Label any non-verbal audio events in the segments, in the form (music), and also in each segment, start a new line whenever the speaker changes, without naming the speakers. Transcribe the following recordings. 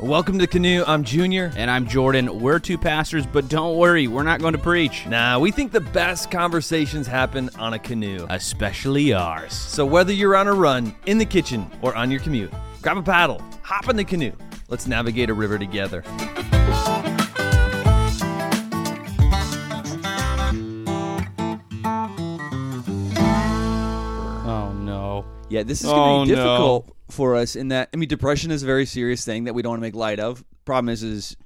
Welcome to Canoe. I'm Junior.
And I'm Jordan. We're two pastors, but don't worry, we're not going to preach,
Nah, we think the best conversations happen on a canoe.
especially ours.
So whether you're on a run, in the kitchen, or on your commute, grab a paddle, hop in the canoe. Let's navigate a river together.
Oh no.
Yeah, this is going to
Oh, no.
be difficult for us in that I mean depression is a very serious thing that we don't want to make light of. Problem is is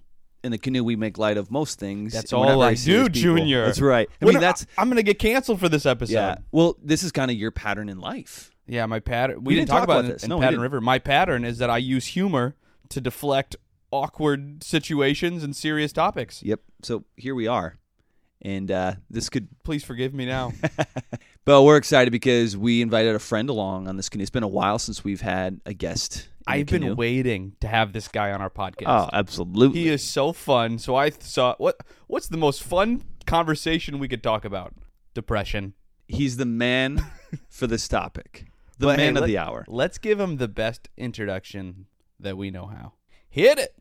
in the canoe we make light of most things.
That's
and we're not
all
very
I
serious
do,
people.
Junior.
That's right. I
What
mean
a-
that's
I'm gonna get canceled for this episode.
yeah. Well, this is kind of your pattern in life.
yeah. My pattern. We,
didn't
didn't talk
talk
about,
about
it in-
this.
in
No, we
Pattern
didn't.
River. My pattern is that I use humor to deflect awkward situations and serious topics.
Yep. So here we are. And uh, this could
Please forgive me
(laughs)
now.
but we're excited because we invited a friend along on this canoe. It's been a while since we've had a guest. in the
I've been
canoe.
waiting to have this guy on our podcast.
Oh, absolutely.
He is so fun. So I th- saw what what's the most fun conversation we could talk about? Depression.
He's the man
(laughs)
for this topic. The
But hey,
man of
let-
the hour.
Let's give him the best introduction that we know how. Hit it.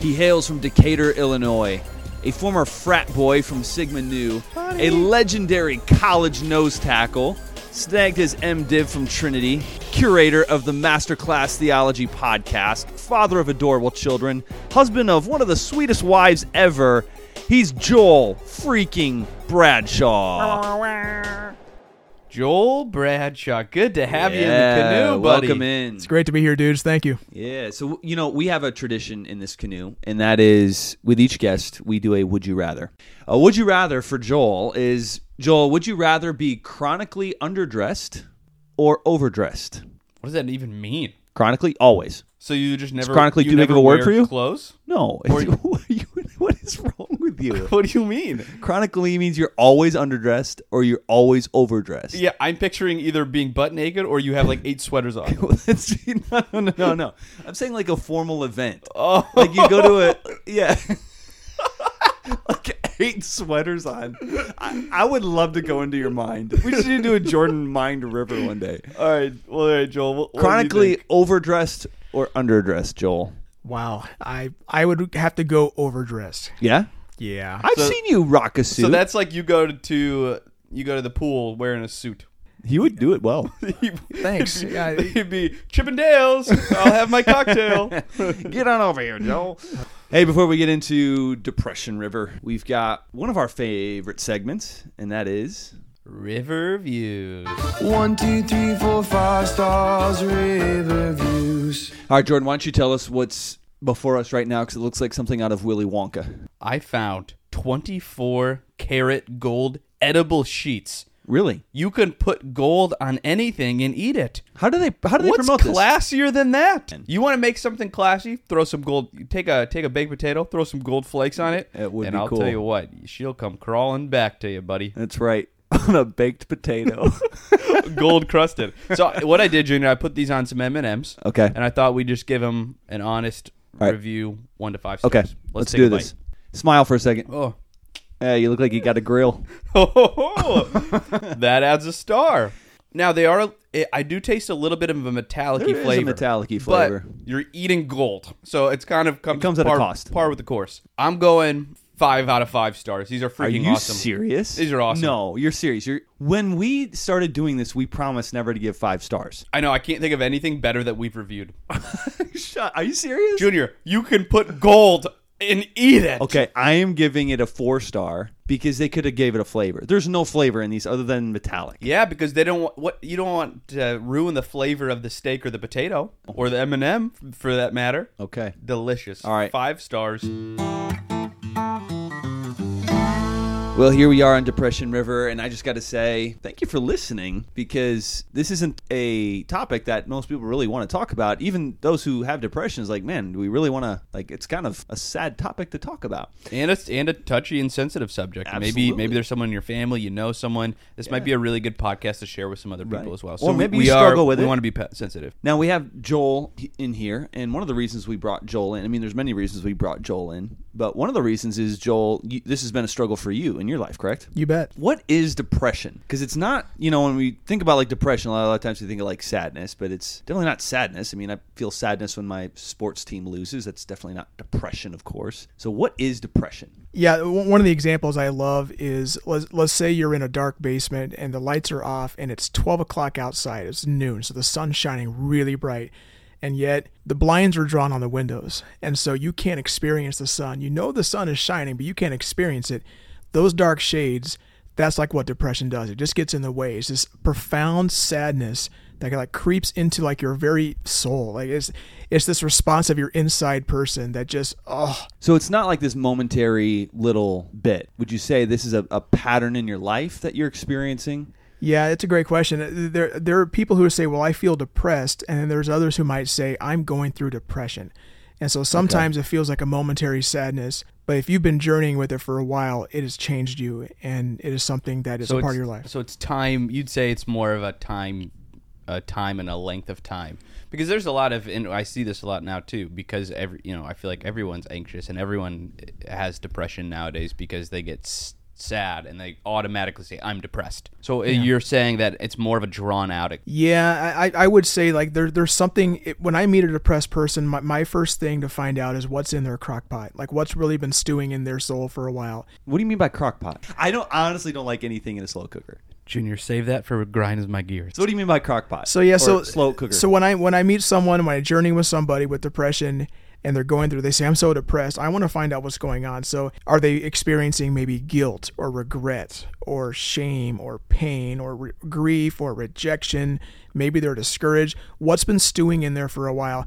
He hails from Decatur, Illinois, a former frat boy from Sigma Nu, a legendary college nose tackle, snagged his MDiv from Trinity, curator of the Masterclass Theology podcast, father of adorable children, husband of one of the sweetest wives ever. He's Joel freaking Bradshaw.
Joel Bradshaw, good to have you in the
Yeah,
canoe, buddy.
Welcome in.
It's great to be here, dudes. Thank you.
Yeah, so you know we have a tradition in this canoe, and that is with each guest we do a "Would you rather." A "Would you rather" for Joel is Joel. Would you rather be chronically underdressed or overdressed?
What does that even mean?
Chronically, always.
So you just never
chronically
you
too big of
never
a word
wear
for you?
Clothes? (laughs)
No. (laughs)
Or-
What are you- what is wrong with
(laughs)
you?
What do you mean?
chronically means you're always underdressed or you're always overdressed.
Yeah, I'm picturing either being butt naked or you have like eight sweaters
(laughs)
on.
That's- no, no, no, no, no. I'm saying like a formal event. Oh, like you go to a (laughs) yeah. like eight sweaters on. I, I would love to go into your mind. We just need to do a Jordan mind river one (laughs) day.
all right, well, all right, Joel. What, what do you
Chronically
think?
overdressed or underdressed, Joel.
Wow. I I would have to go overdressed.
Yeah,
Yeah.
I've seen you rock a suit.
So that's like you go to you go to the pool wearing a suit.
he would do it well. (laughs)
Thanks. Yeah, I-
You'd be Chippendales. I'll have my cocktail. (laughs)
Get on over here, Joel. (laughs) Hey, before we get into Depression River, we've got one of our favorite segments, and that is
River views.
One, two, three, four, five stars, river views.
All right, Jordan, why don't you tell us what's before us right now? Because it looks like something out of Willy Wonka.
I found 24 karat gold edible sheets.
Really?
You can put gold on anything and eat it.
How do they? How do they
What's
promote this?
classier than that? You want to make something classy? Throw some gold. Take a take a baked potato. Throw some gold flakes on it.
It would
and
be
I'll
cool.
tell you what, she'll come crawling back to you, buddy.
That's right, (laughs) on a baked (laughs) potato.
gold crusted. So what I did, Junior, I put these on some M and M's.
Okay.
And I thought we'd just give them an honest
right.
review, one to five stars.
okay, let's,
take
do
a bite.
this. Smile for a second.
Oh.
Hey, you look like you got a grill.
Oh. (laughs) that adds a star. Now they are. I do taste a little bit of a metallic
There is a
flavor.
metallic-y flavor.
But you're eating gold, so it's kind of comes,
comes at a
par,
cost.
Par with the course. I'm going five out of five stars. These are freaking
Are you
awesome.
serious?
These are awesome.
No, you're serious. You're when we started doing this, we promised never to give five stars.
I know. I can't think of anything better that we've reviewed.
(laughs) Shut. Are you serious?
Junior, you can put gold and eat it.
Okay, I am giving it a four star because they could have gave it a flavor. There's no flavor in these other than metallic.
Yeah, because they don't want what you don't want to ruin the flavor of the steak or the potato or the M and m for that matter.
Okay.
Delicious.
All right.
five stars.
Well, here we are on Depression River, and I just got to say thank you for listening because this isn't a topic that most people really want to talk about. Even those who have depression is like, man, do we really want to? Like, it's kind of a sad topic to talk about.
and a and a touchy and sensitive subject. Maybe
Absolutely.
maybe there's someone in your family, you know someone. This might be a really good podcast to share with some other people
Right.
as well.
Or
we-
maybe you
we
struggle
are,
with
we
it.
want to be pe- sensitive.
Now we have Joel h- in here, and one of the reasons we brought Joel in. I mean, there's many reasons we brought Joel in, but one of the reasons is Joel. You, this has been a struggle for you, and in your life, correct?
You bet.
What is depression? Because it's not, you know, when we think about like depression, a lot, a lot of times we think of like sadness, but it's definitely not sadness. I mean, I feel sadness when my sports team loses. That's definitely not depression, of course. So, what is depression?
Yeah, w- one of the examples I love is let's, let's say you're in a dark basement and the lights are off and it's 12 o'clock outside. It's noon, so the sun's shining really bright. And yet the blinds are drawn on the windows. And so you can't experience the sun. You know the sun is shining, but you can't experience it. Those dark shades, that's like what depression does. It just gets in the way. It's this profound sadness that like creeps into like your very soul. Like it's it's this response of your inside person that just oh
So, it's not like this momentary little bit. Would you say this is a, a pattern in your life that you're experiencing?
Yeah, it's a great question. Uh, There, there are people who say, "Well, I feel depressed," and then there's others who might say, "I'm going through depression," and so sometimes it feels like a momentary sadness. But if you've been journeying with it for a while, it has changed you, and it is something that is a part
it's-
of your life.
So it's time. You'd say it's more of a time, a time and a length of time because there's a lot of, and I see this a lot now too. Because every, you know, I feel like everyone's anxious and everyone has depression nowadays because they get s- sad and they automatically say, "I'm depressed." So uh, you're saying that it's more of a drawn out.
Yeah, I, I- I would say like there, there's something it, when I meet a depressed person, my, my first thing to find out is what's in their crock pot, like what's really been stewing in their soul for a while.
What do you mean by crock pot? I don't I honestly don't like anything in a slow cooker.
Junior, save that for grind is my gears.
So what do you mean by crock pot?
So yeah,
Or
so
slow cooker.
So when I when I meet someone, when I journey with somebody with depression and they're going through, they say I'm so depressed. I want to find out what's going on. So are they experiencing maybe guilt or regret or shame or pain or re- grief or rejection? Maybe they're discouraged. What's been stewing in there for a while?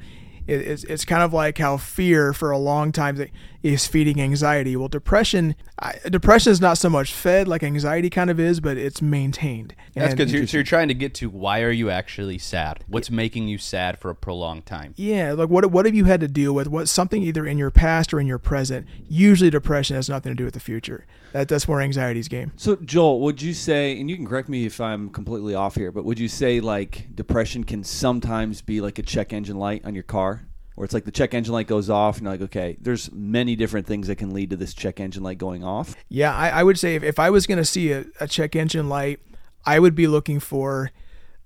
It, it's, it's kind of like how fear for a long time that is feeding anxiety. Well, depression, I, depression is not so much fed like anxiety kind of is, but it's maintained.
That's
And-
because you're, so you're trying to get to why are you actually sad? What's making you sad for a prolonged time?
Yeah, like what what have you had to deal with? What something either in your past or in your present? Usually, depression has nothing to do with the future. That that's where anxiety's game.
So Joel, would you say, and you can correct me if I'm completely off here, but would you say like depression can sometimes be like a check engine light on your car? Or it's like the check engine light goes off and you're like, okay, there's many different things that can lead to this check engine light going off.
Yeah, I, I would say if, if I was going to see a, a check engine light, I would be looking for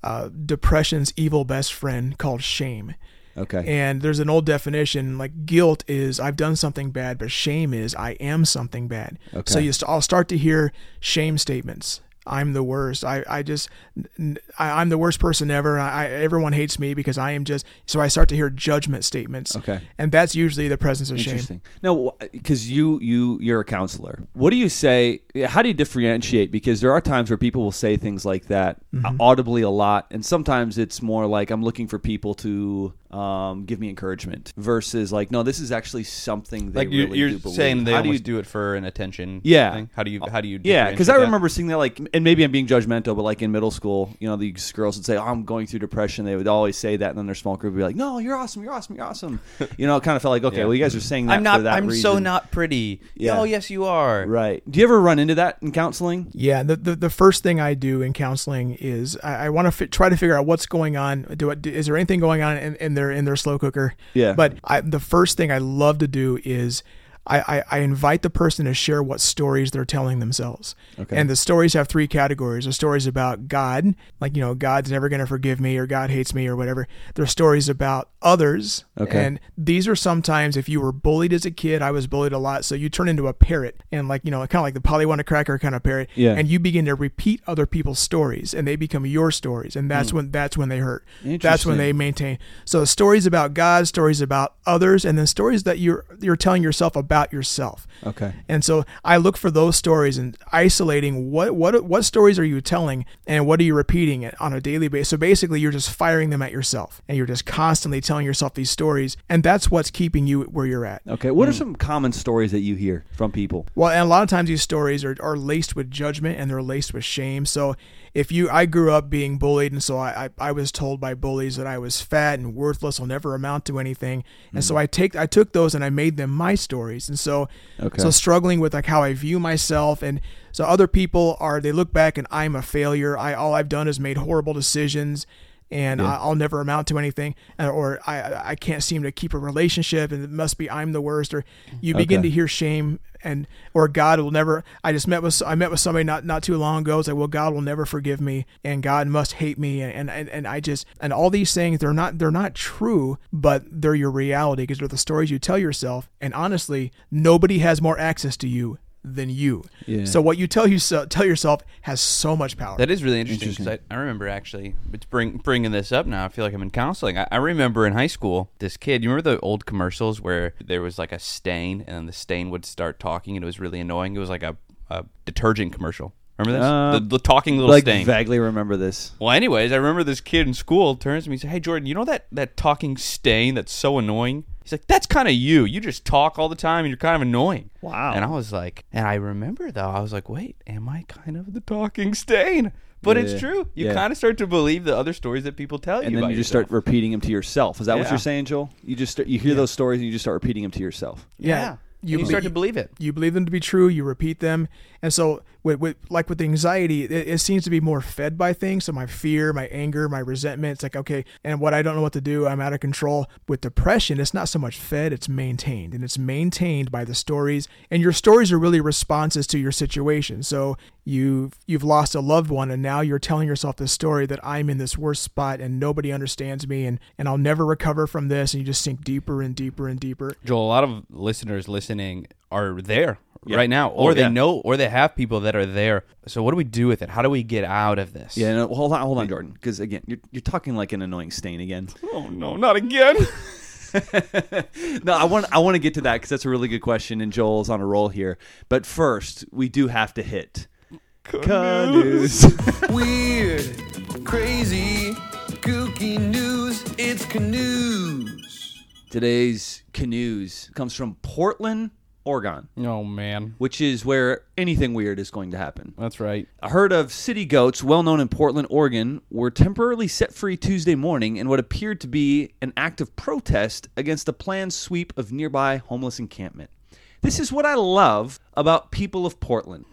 uh, depression's evil best friend called shame.
Okay.
And there's an old definition like guilt is I've done something bad, but shame is I am something bad. So
Okay.
you st- I'll start to hear shame statements. I'm the worst. I, I just n- I, am the worst person ever. I, I everyone hates me because I am just. So I start to hear judgment statements.
Okay.
and that's usually the presence of shame.
Interesting. No, because you you you're a counselor. What do you say? How do you differentiate? Because there are times where people will say things like that uh,
Mm-hmm.
audibly a lot, and sometimes it's more like I'm looking for people to um, give me encouragement versus like, no, this is actually something they
Like you,
really
you're
do believe.
saying, they
how do you
almost do it for an attention.
Yeah.
Thing? How do you? How do you?
Yeah, because I
differentiate that?
remember seeing that like, and maybe I'm being judgmental, but like in middle school, you know, these girls would say, "Oh, I'm going through depression." They would always say that, and then their small group would be like, "No, you're awesome, you're awesome, you're awesome." you know, it kind of felt like, okay, well, you guys are saying that
I'm
for
not.
that
I'm so
reason.
not pretty.
Yeah.
Oh yes, you are.
right. Do you ever run into that in counseling?
Yeah, the, the the first thing I do in counseling is I, I want to fi- try to figure out what's going on. Do, I, do is there anything going on in, in their in their slow cooker?
Yeah.
But I, the first thing I love to do is I, I, I invite the person to share what stories they're telling themselves. Okay. And the stories have three categories. There's stories about God, like you know, God's never going to forgive me or God hates me or whatever. There's stories about others.
Okay.
And these are sometimes if you were bullied as a kid, I was bullied a lot, so you turn into a parrot and like you know, kind of like the Pollyanna cracker kind of parrot.
Yeah.
And you begin to repeat other people's stories, and they become your stories, and that's when that's when they hurt. That's
Mm. Interesting.
when they maintain. So stories about God, stories about others, and then stories that you're you're telling yourself about yourself.
Okay.
And so I look for those stories and isolating what what what stories are you telling and what are you repeating it on a daily basis. So basically, you're just firing them at yourself, and you're just constantly telling yourself these stories, and that's what's keeping you where you're at.
Okay. What are some common stories that you hear from people?
Well, and a lot of times these stories are, are laced with judgment and they're laced with shame. So if you, I grew up being bullied, and so I, I, I was told by bullies that I was fat and worthless, I'll never amount to anything. And so I take, I took those and I made them my stories. And so,
Okay.
so struggling with like how I view myself, and so other people are, they look back and I'm a failure. I all I've done is made horrible decisions. and I, I'll never amount to anything, uh, or I I can't seem to keep a relationship, and it must be I'm the worst, or you begin to hear shame and or God will never. I just met with I met with somebody not not too long ago. It's like well God will never forgive me, and God must hate me, and and and I just and all these things they're not they're not true, but they're your reality because they're the stories you tell yourself, and honestly, nobody has more access to you than you. So what you tell you tell yourself has so much power.
That is really interesting because I, I remember actually it's bring, bringing this up now. I feel like I'm in counseling. I, I remember in high school, this kid, you remember the old commercials where there was like a stain and the stain would start talking and it was really annoying? It was like a, a detergent commercial. Remember this?
Uh,
the, the talking little
Like
stain.
vaguely remember this.
well, anyways, I remember this kid in school turns to me and says, Hey, Jordan, you know that, that talking stain that's so annoying? He's like, That's kind of you. You just talk all the time and you're kind of annoying.
Wow.
And I was like, And I remember though, I was like, Wait, am I kind of the talking stain? But it's
Yeah.
true. You
Yeah.
kind of start to believe the other stories that people tell you.
And then
about
you just
yourself.
start repeating them to yourself. Is that what
Yeah.
you're saying, Joel? You just start, you hear those stories and you just start repeating them to yourself.
Yeah.
You
You,
be-
start to believe it.
you believe them to be true you repeat them and so with, with like with anxiety it, it seems to be more fed by things so my fear my anger my resentment it's like okay and what i don't know what to do i'm out of control with depression it's not so much fed it's maintained and it's maintained by the stories and your stories are really responses to your situation so you've you've lost a loved one and now you're telling yourself this story that i'm in this worst spot and nobody understands me and and i'll never recover from this and you just sink deeper and deeper and deeper
Joel, a lot of listeners listening are there right now, or they
yeah.
know, or they have people that are there. So, what do we do with it? How do we get out of this?
Yeah, no, hold on, hold on, Jordan, because again, you're, you're talking like an annoying stain (laughs) again.
Oh no, not again.
no, I want I want to get to that because that's a really good question, and Joel's on a roll here. But first, we do have to hit canoes. (laughs)
Weird, crazy, kooky news. It's canoes.
Today's canoes comes from Portland, Oregon,
(laughs) oh man,
which is where anything weird is going to happen.
that's right.
A herd of city goats, well known in Portland, Oregon, were temporarily set free Tuesday morning in what appeared to be an act of protest against a planned sweep of nearby homeless encampment. This is what I love about people of Portland.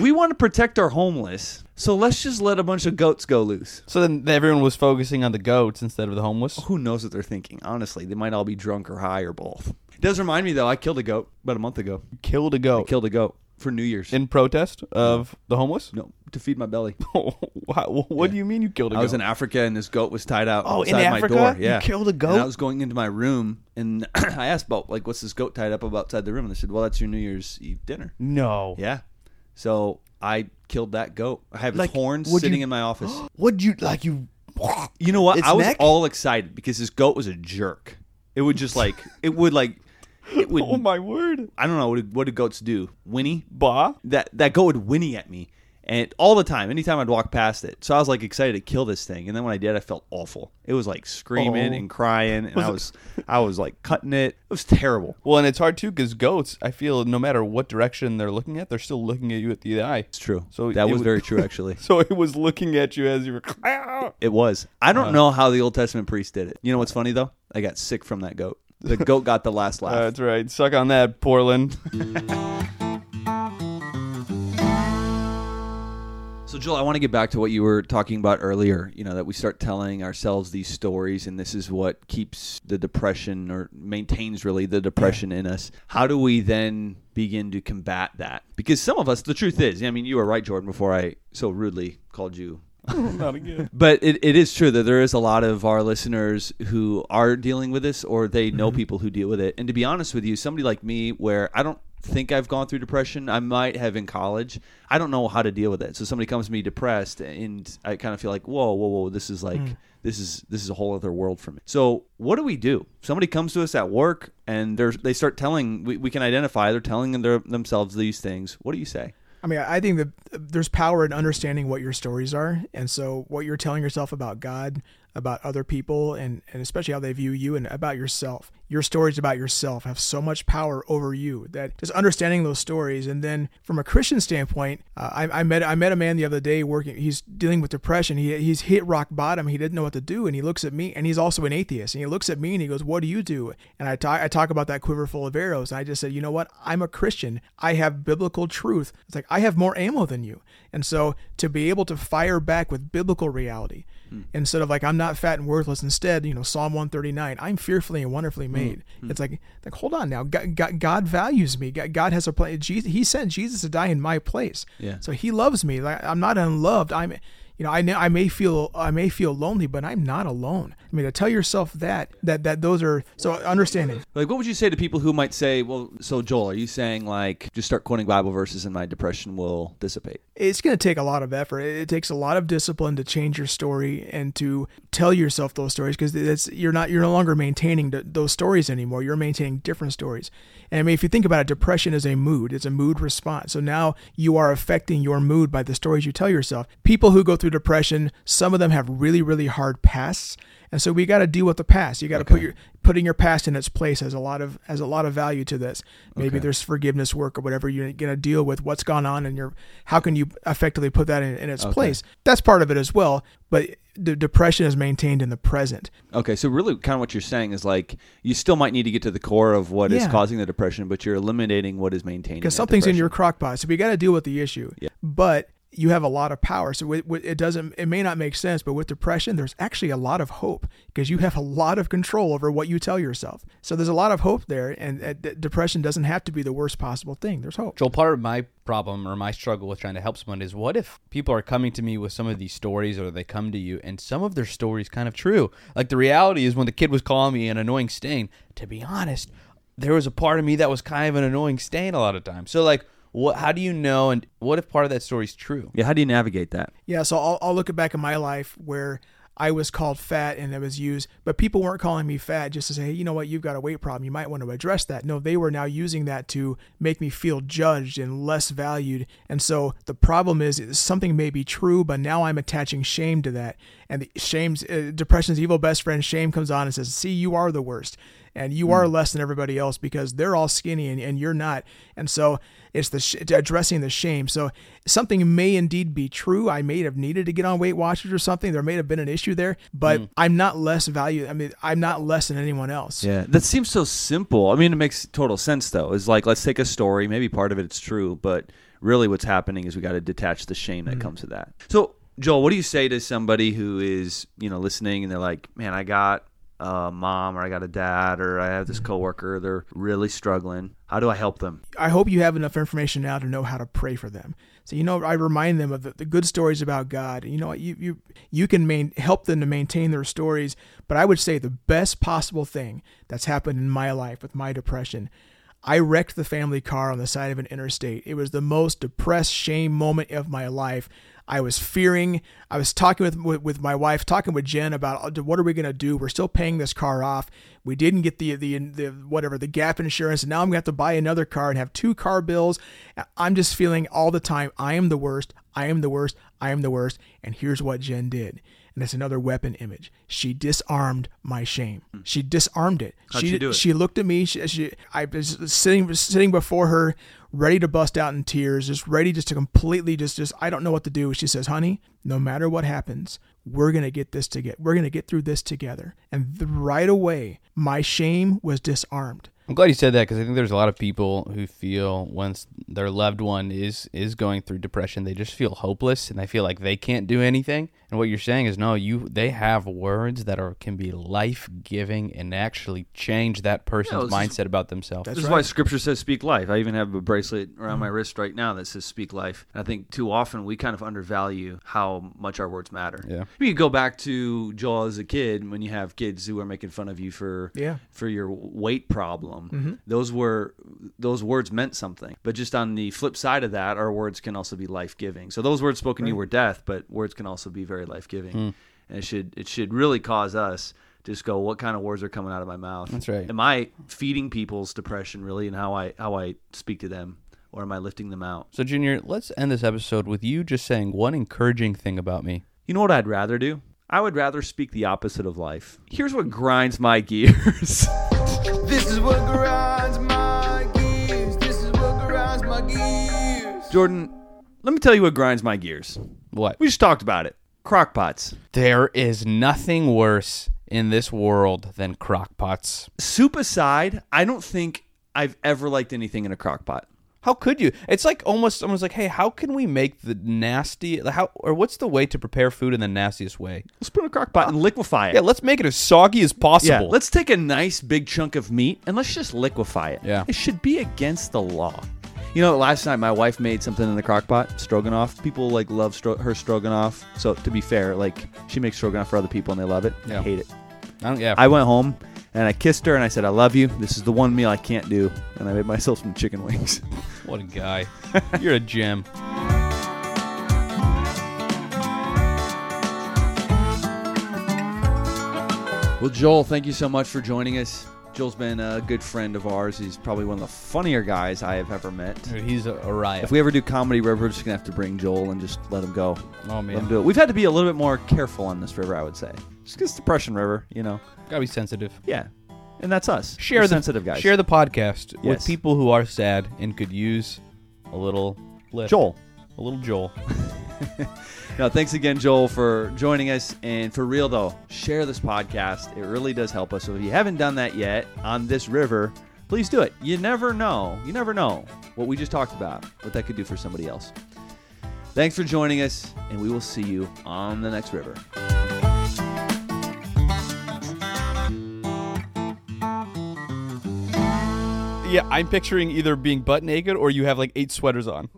we want to protect our homeless, so let's just let a bunch of goats go loose.
So then everyone was focusing on the goats instead of the homeless.
Who knows what they're thinking? Honestly, they might all be drunk or high or both. It does remind me, though, I killed a goat about a month ago.
Killed a goat
Killed a goat for New Year's.
in protest of the homeless. (laughs)
no, to feed my belly.
Why- what do you mean you killed a
I
goat?
was in Africa and this goat was tied out
Oh, in
outside
Africa?
my door.
You
Yeah,
killed a goat?
And I was going into my room and (clears throat) I asked about like, what's this goat tied up outside the room? And they said, well, that's your New Year's Eve dinner.
no.
Yeah, so I killed that goat. I have
Like,
its horns
would
sitting
you-
in
(gasps)
my office.
What'd you like? You.
You know what?
Its
I was
neck?
all excited because this goat was a jerk. It would just like it would like it would.
(laughs) (laughs) Oh my word.
I don't know what do, what do goats do? Whinny?
Bah.
that that goat would whinny at me and all the time anytime i'd walk past it so i was like excited to kill this thing and then when i did i felt awful it was like screaming
Oh.
and crying and i was i was like cutting it it was terrible
Well, and it's hard too because goats. I feel no matter what direction they're looking at, they're still looking at you at the eye. (laughs)
it's true
So
so that
it
was
would- (laughs)
very true actually
So it was looking at you as you were. (laughs) "Ah."
it was i
Uh.
don't know how the old testament priest did it you know what's funny though i got sick from that goat the goat got the last laugh
That's right. Suck on that, Portland.
So, Joel, I want to get back to what you were talking about earlier. You know, that we start telling ourselves these stories, and this is what keeps the depression or maintains really the depression in us. How do we then begin to combat that? Because some of us, the truth is, I mean, you were right, Jordan, before I so rudely called you
Not again.
but it, it is true that there is a lot of our listeners who are dealing with this or they know people who deal with it. And to be honest with you, somebody like me, where I don't think I've gone through depression, I might have in college, I don't know how to deal with it. So somebody comes to me depressed and I kind of feel like, whoa, whoa, whoa, this is like. This is this is a whole other world for me. So what do we do? Somebody comes to us at work and they're, they start telling we, we can identify they're telling them their, themselves these things. What do you say?
I mean, I think that there's power in understanding what your stories are, and so what you're telling yourself about God, about other people, and and especially how they view you and about yourself. Your stories about yourself have so much power over you that just understanding those stories, and then from a Christian standpoint, uh, I, I met I met a man the other day working. He's dealing with depression. He he's hit rock bottom. He didn't know what to do, and he looks at me, and he's also an atheist, and he looks at me and he goes, "What do you do?" And I talk I talk about that quiver full of arrows, and I just said, "You know what? I'm a Christian. I have biblical truth. It's like I have more ammo than you." And so to be able to fire back with biblical reality Instead of like I'm not fat and worthless. Instead, you know, Psalm 139, I'm fearfully and wonderfully made. It's like like hold on now, God, God, God values me. God, God has a plan. Jesus, He sent Jesus to die in my place.
Yeah.
So He loves me. Like I'm not unloved. I'm, you know, I know I may feel I may feel lonely, but I'm not alone. I mean, to tell yourself that that that those are so understanding.
Like, what would you say to people who might say, well, so Joel, are you saying, like, just start quoting Bible verses and my depression will dissipate?
it's going to take a lot of effort. It it takes a lot of discipline to change your story and to tell yourself those stories because it's you're not you're no longer maintaining th- those stories anymore. You're maintaining different stories. And I mean, if you think about it, depression is a mood. It's a mood response. So now you are affecting your mood by the stories you tell yourself. People who go through depression, some of them have really really hard pasts, and so we got to deal with the past. You got to put your putting your past in its place has a lot of has a lot of value to this. Maybe there's forgiveness work or whatever you're gonna deal with what's gone on and your how can you effectively put that in, in its place. That's part of it as well. But the depression is maintained in the present.
Okay, so really, kind of what you're saying is like you still might need to get to the core of what is
Yeah.
causing the depression, but you're eliminating what is maintaining.
because
that
something's in
depression.
your crock pot so we got to deal with the issue but you have a lot of power so it, it doesn't it may not make sense but with depression there's actually a lot of hope because you have a lot of control over what you tell yourself so there's a lot of hope there and uh, d- depression doesn't have to be the worst possible thing there's hope
Joel, part of my problem or my struggle with trying to help someone is what if people are coming to me with some of these stories or they come to you and some of their stories kind of true. Like the reality is when the kid was calling me an annoying stain, to be honest, there was a part of me that was kind of an annoying stain a lot of times. So like what how do you know and what if part of that story's true?
Yeah, how do you navigate that?
Yeah, so I'll, I'll look back at my life where I was called fat and it was used, but people weren't calling me fat just to say, hey, you know what, you've got a weight problem. You might want to address that. No, they were now using that to make me feel judged and less valued. And so the problem is, is something may be true, but now I'm attaching shame to that. And the shame's uh, depression's evil best friend, shame comes on and says, see, you are the worst and you are less than everybody else because they're all skinny and, and you're not. And so it's the sh- addressing the shame. So something may indeed be true. I may have needed to get on Weight Watchers or something. There may have been an issue there, but I'm not less value. I mean, I'm not less than anyone else.
Yeah, that seems so simple. I mean, it makes total sense though. Is like let's take a story. Maybe part of it's true, but really, what's happening is we got to detach the shame that comes with that. So, Joel, what do you say to somebody who is you know listening and they're like, "Man, I got a mom, or I got a dad, or I have this coworker. They're really struggling. How do I help them?"
I hope you have enough information now to know how to pray for them. So you know, I remind them of the, the good stories about God. You know, what, you you you can main, help them to maintain their stories. But I would say the best possible thing that's happened in my life with my depression, I wrecked the family car on the side of an interstate. It was the most depressed, shame moment of my life. I was fearing. I was talking with with, with my wife, talking with Jen about uh, what are we going to do? We're still paying this car off. We didn't get the, the the whatever the gap insurance, and now I'm going to have to buy another car and have two car bills. I'm just feeling all the time. I am the worst. I am the worst. I am the worst. And here's what Jen did. And it's another weapon image. She disarmed my shame. She disarmed it. How'd she
she Hmm. do it?
she looked at me. She, she, I was sitting sitting before her, ready to bust out in tears, just ready, just to completely, just, just I don't know what to do. She says, "Honey, no matter what happens, we're gonna get this to get. We're gonna get through this together." And th- right away, my shame was disarmed.
I'm glad you said that because I think there's a lot of people who feel once their loved one is is going through depression, they just feel hopeless and they feel like they can't do anything. And what you're saying is, no, you they have words that are can be life giving and actually change that person's
this
mindset about themselves.
This is why scripture says speak life. I even have a bracelet around my wrist right now that says speak life. And I think too often we kind of undervalue how much our words matter.
Yeah.
I mean, you go back to Joel as a kid when you have kids who are making fun of you for
Yeah.
for your weight problem. Those were those words meant something. But just on the flip side of that, our words can also be life giving. So those words spoken to you were death, but words can also be very life giving. And it should it should really cause us to just go, what kind of words are coming out of my mouth?
That's right.
Am I feeding people's depression really, and how I how I speak to them, or am I lifting them out?
So, Junior, let's end this episode with you just saying one encouraging thing about me.
You know what I'd rather do? I would rather speak the opposite of life. Here's what grinds my (laughs) gears.
This is what grinds my gears. This is what grinds my gears.
Jordan, let me tell you what grinds my gears.
What?
We just talked about it. Crockpots.
There is nothing worse in this world than crockpots.
Soup aside, I don't think I've ever liked anything in a crockpot.
How could you? It's like almost someone's like, "Hey, how can we make the nasty? How or what's the way to prepare food in the nastiest way?
Let's put it in a crock pot and liquefy it.
Yeah, let's make it as soggy as possible.
Yeah, let's take a nice big chunk of meat and let's just liquefy it.
Yeah.
It should be against the law. You know, last night my wife made something in the crock pot, stroganoff. People like love stro- her stroganoff. So to be fair, like she makes stroganoff for other people and they love it. I
Yeah.
hate it.
I don't, yeah.
I went home and I kissed her and I said, I love you. This is the one meal I can't do. And I made myself some chicken wings. (laughs)
what a guy. You're a gem.
Well, Joel, thank you so much for joining us. Joel's been a good friend of ours. He's probably one of the funnier guys I have ever met.
Dude, he's a, a riot.
If we ever do comedy, we're just gonna have to bring Joel and just let him go.
oh
Let him
man,
do it. We've had to be a little bit more careful on this river, I would say, just because depression river, you know.
gotta be sensitive.
Yeah, and that's us.
Share
We're
the
sensitive guys.
Share the podcast
Yes.
with people who are sad and could use a little lift.
Joel.
a little Joel.
No, thanks again, Joel, for joining us. And for real though, share this podcast. It really does help us. So if you haven't done that yet on this river, please do it. You never know. You never know what we just talked about, what that could do for somebody else. Thanks for joining us, and we will see you on the next river.
Yeah, I'm picturing either being butt naked or you have like eight sweaters on.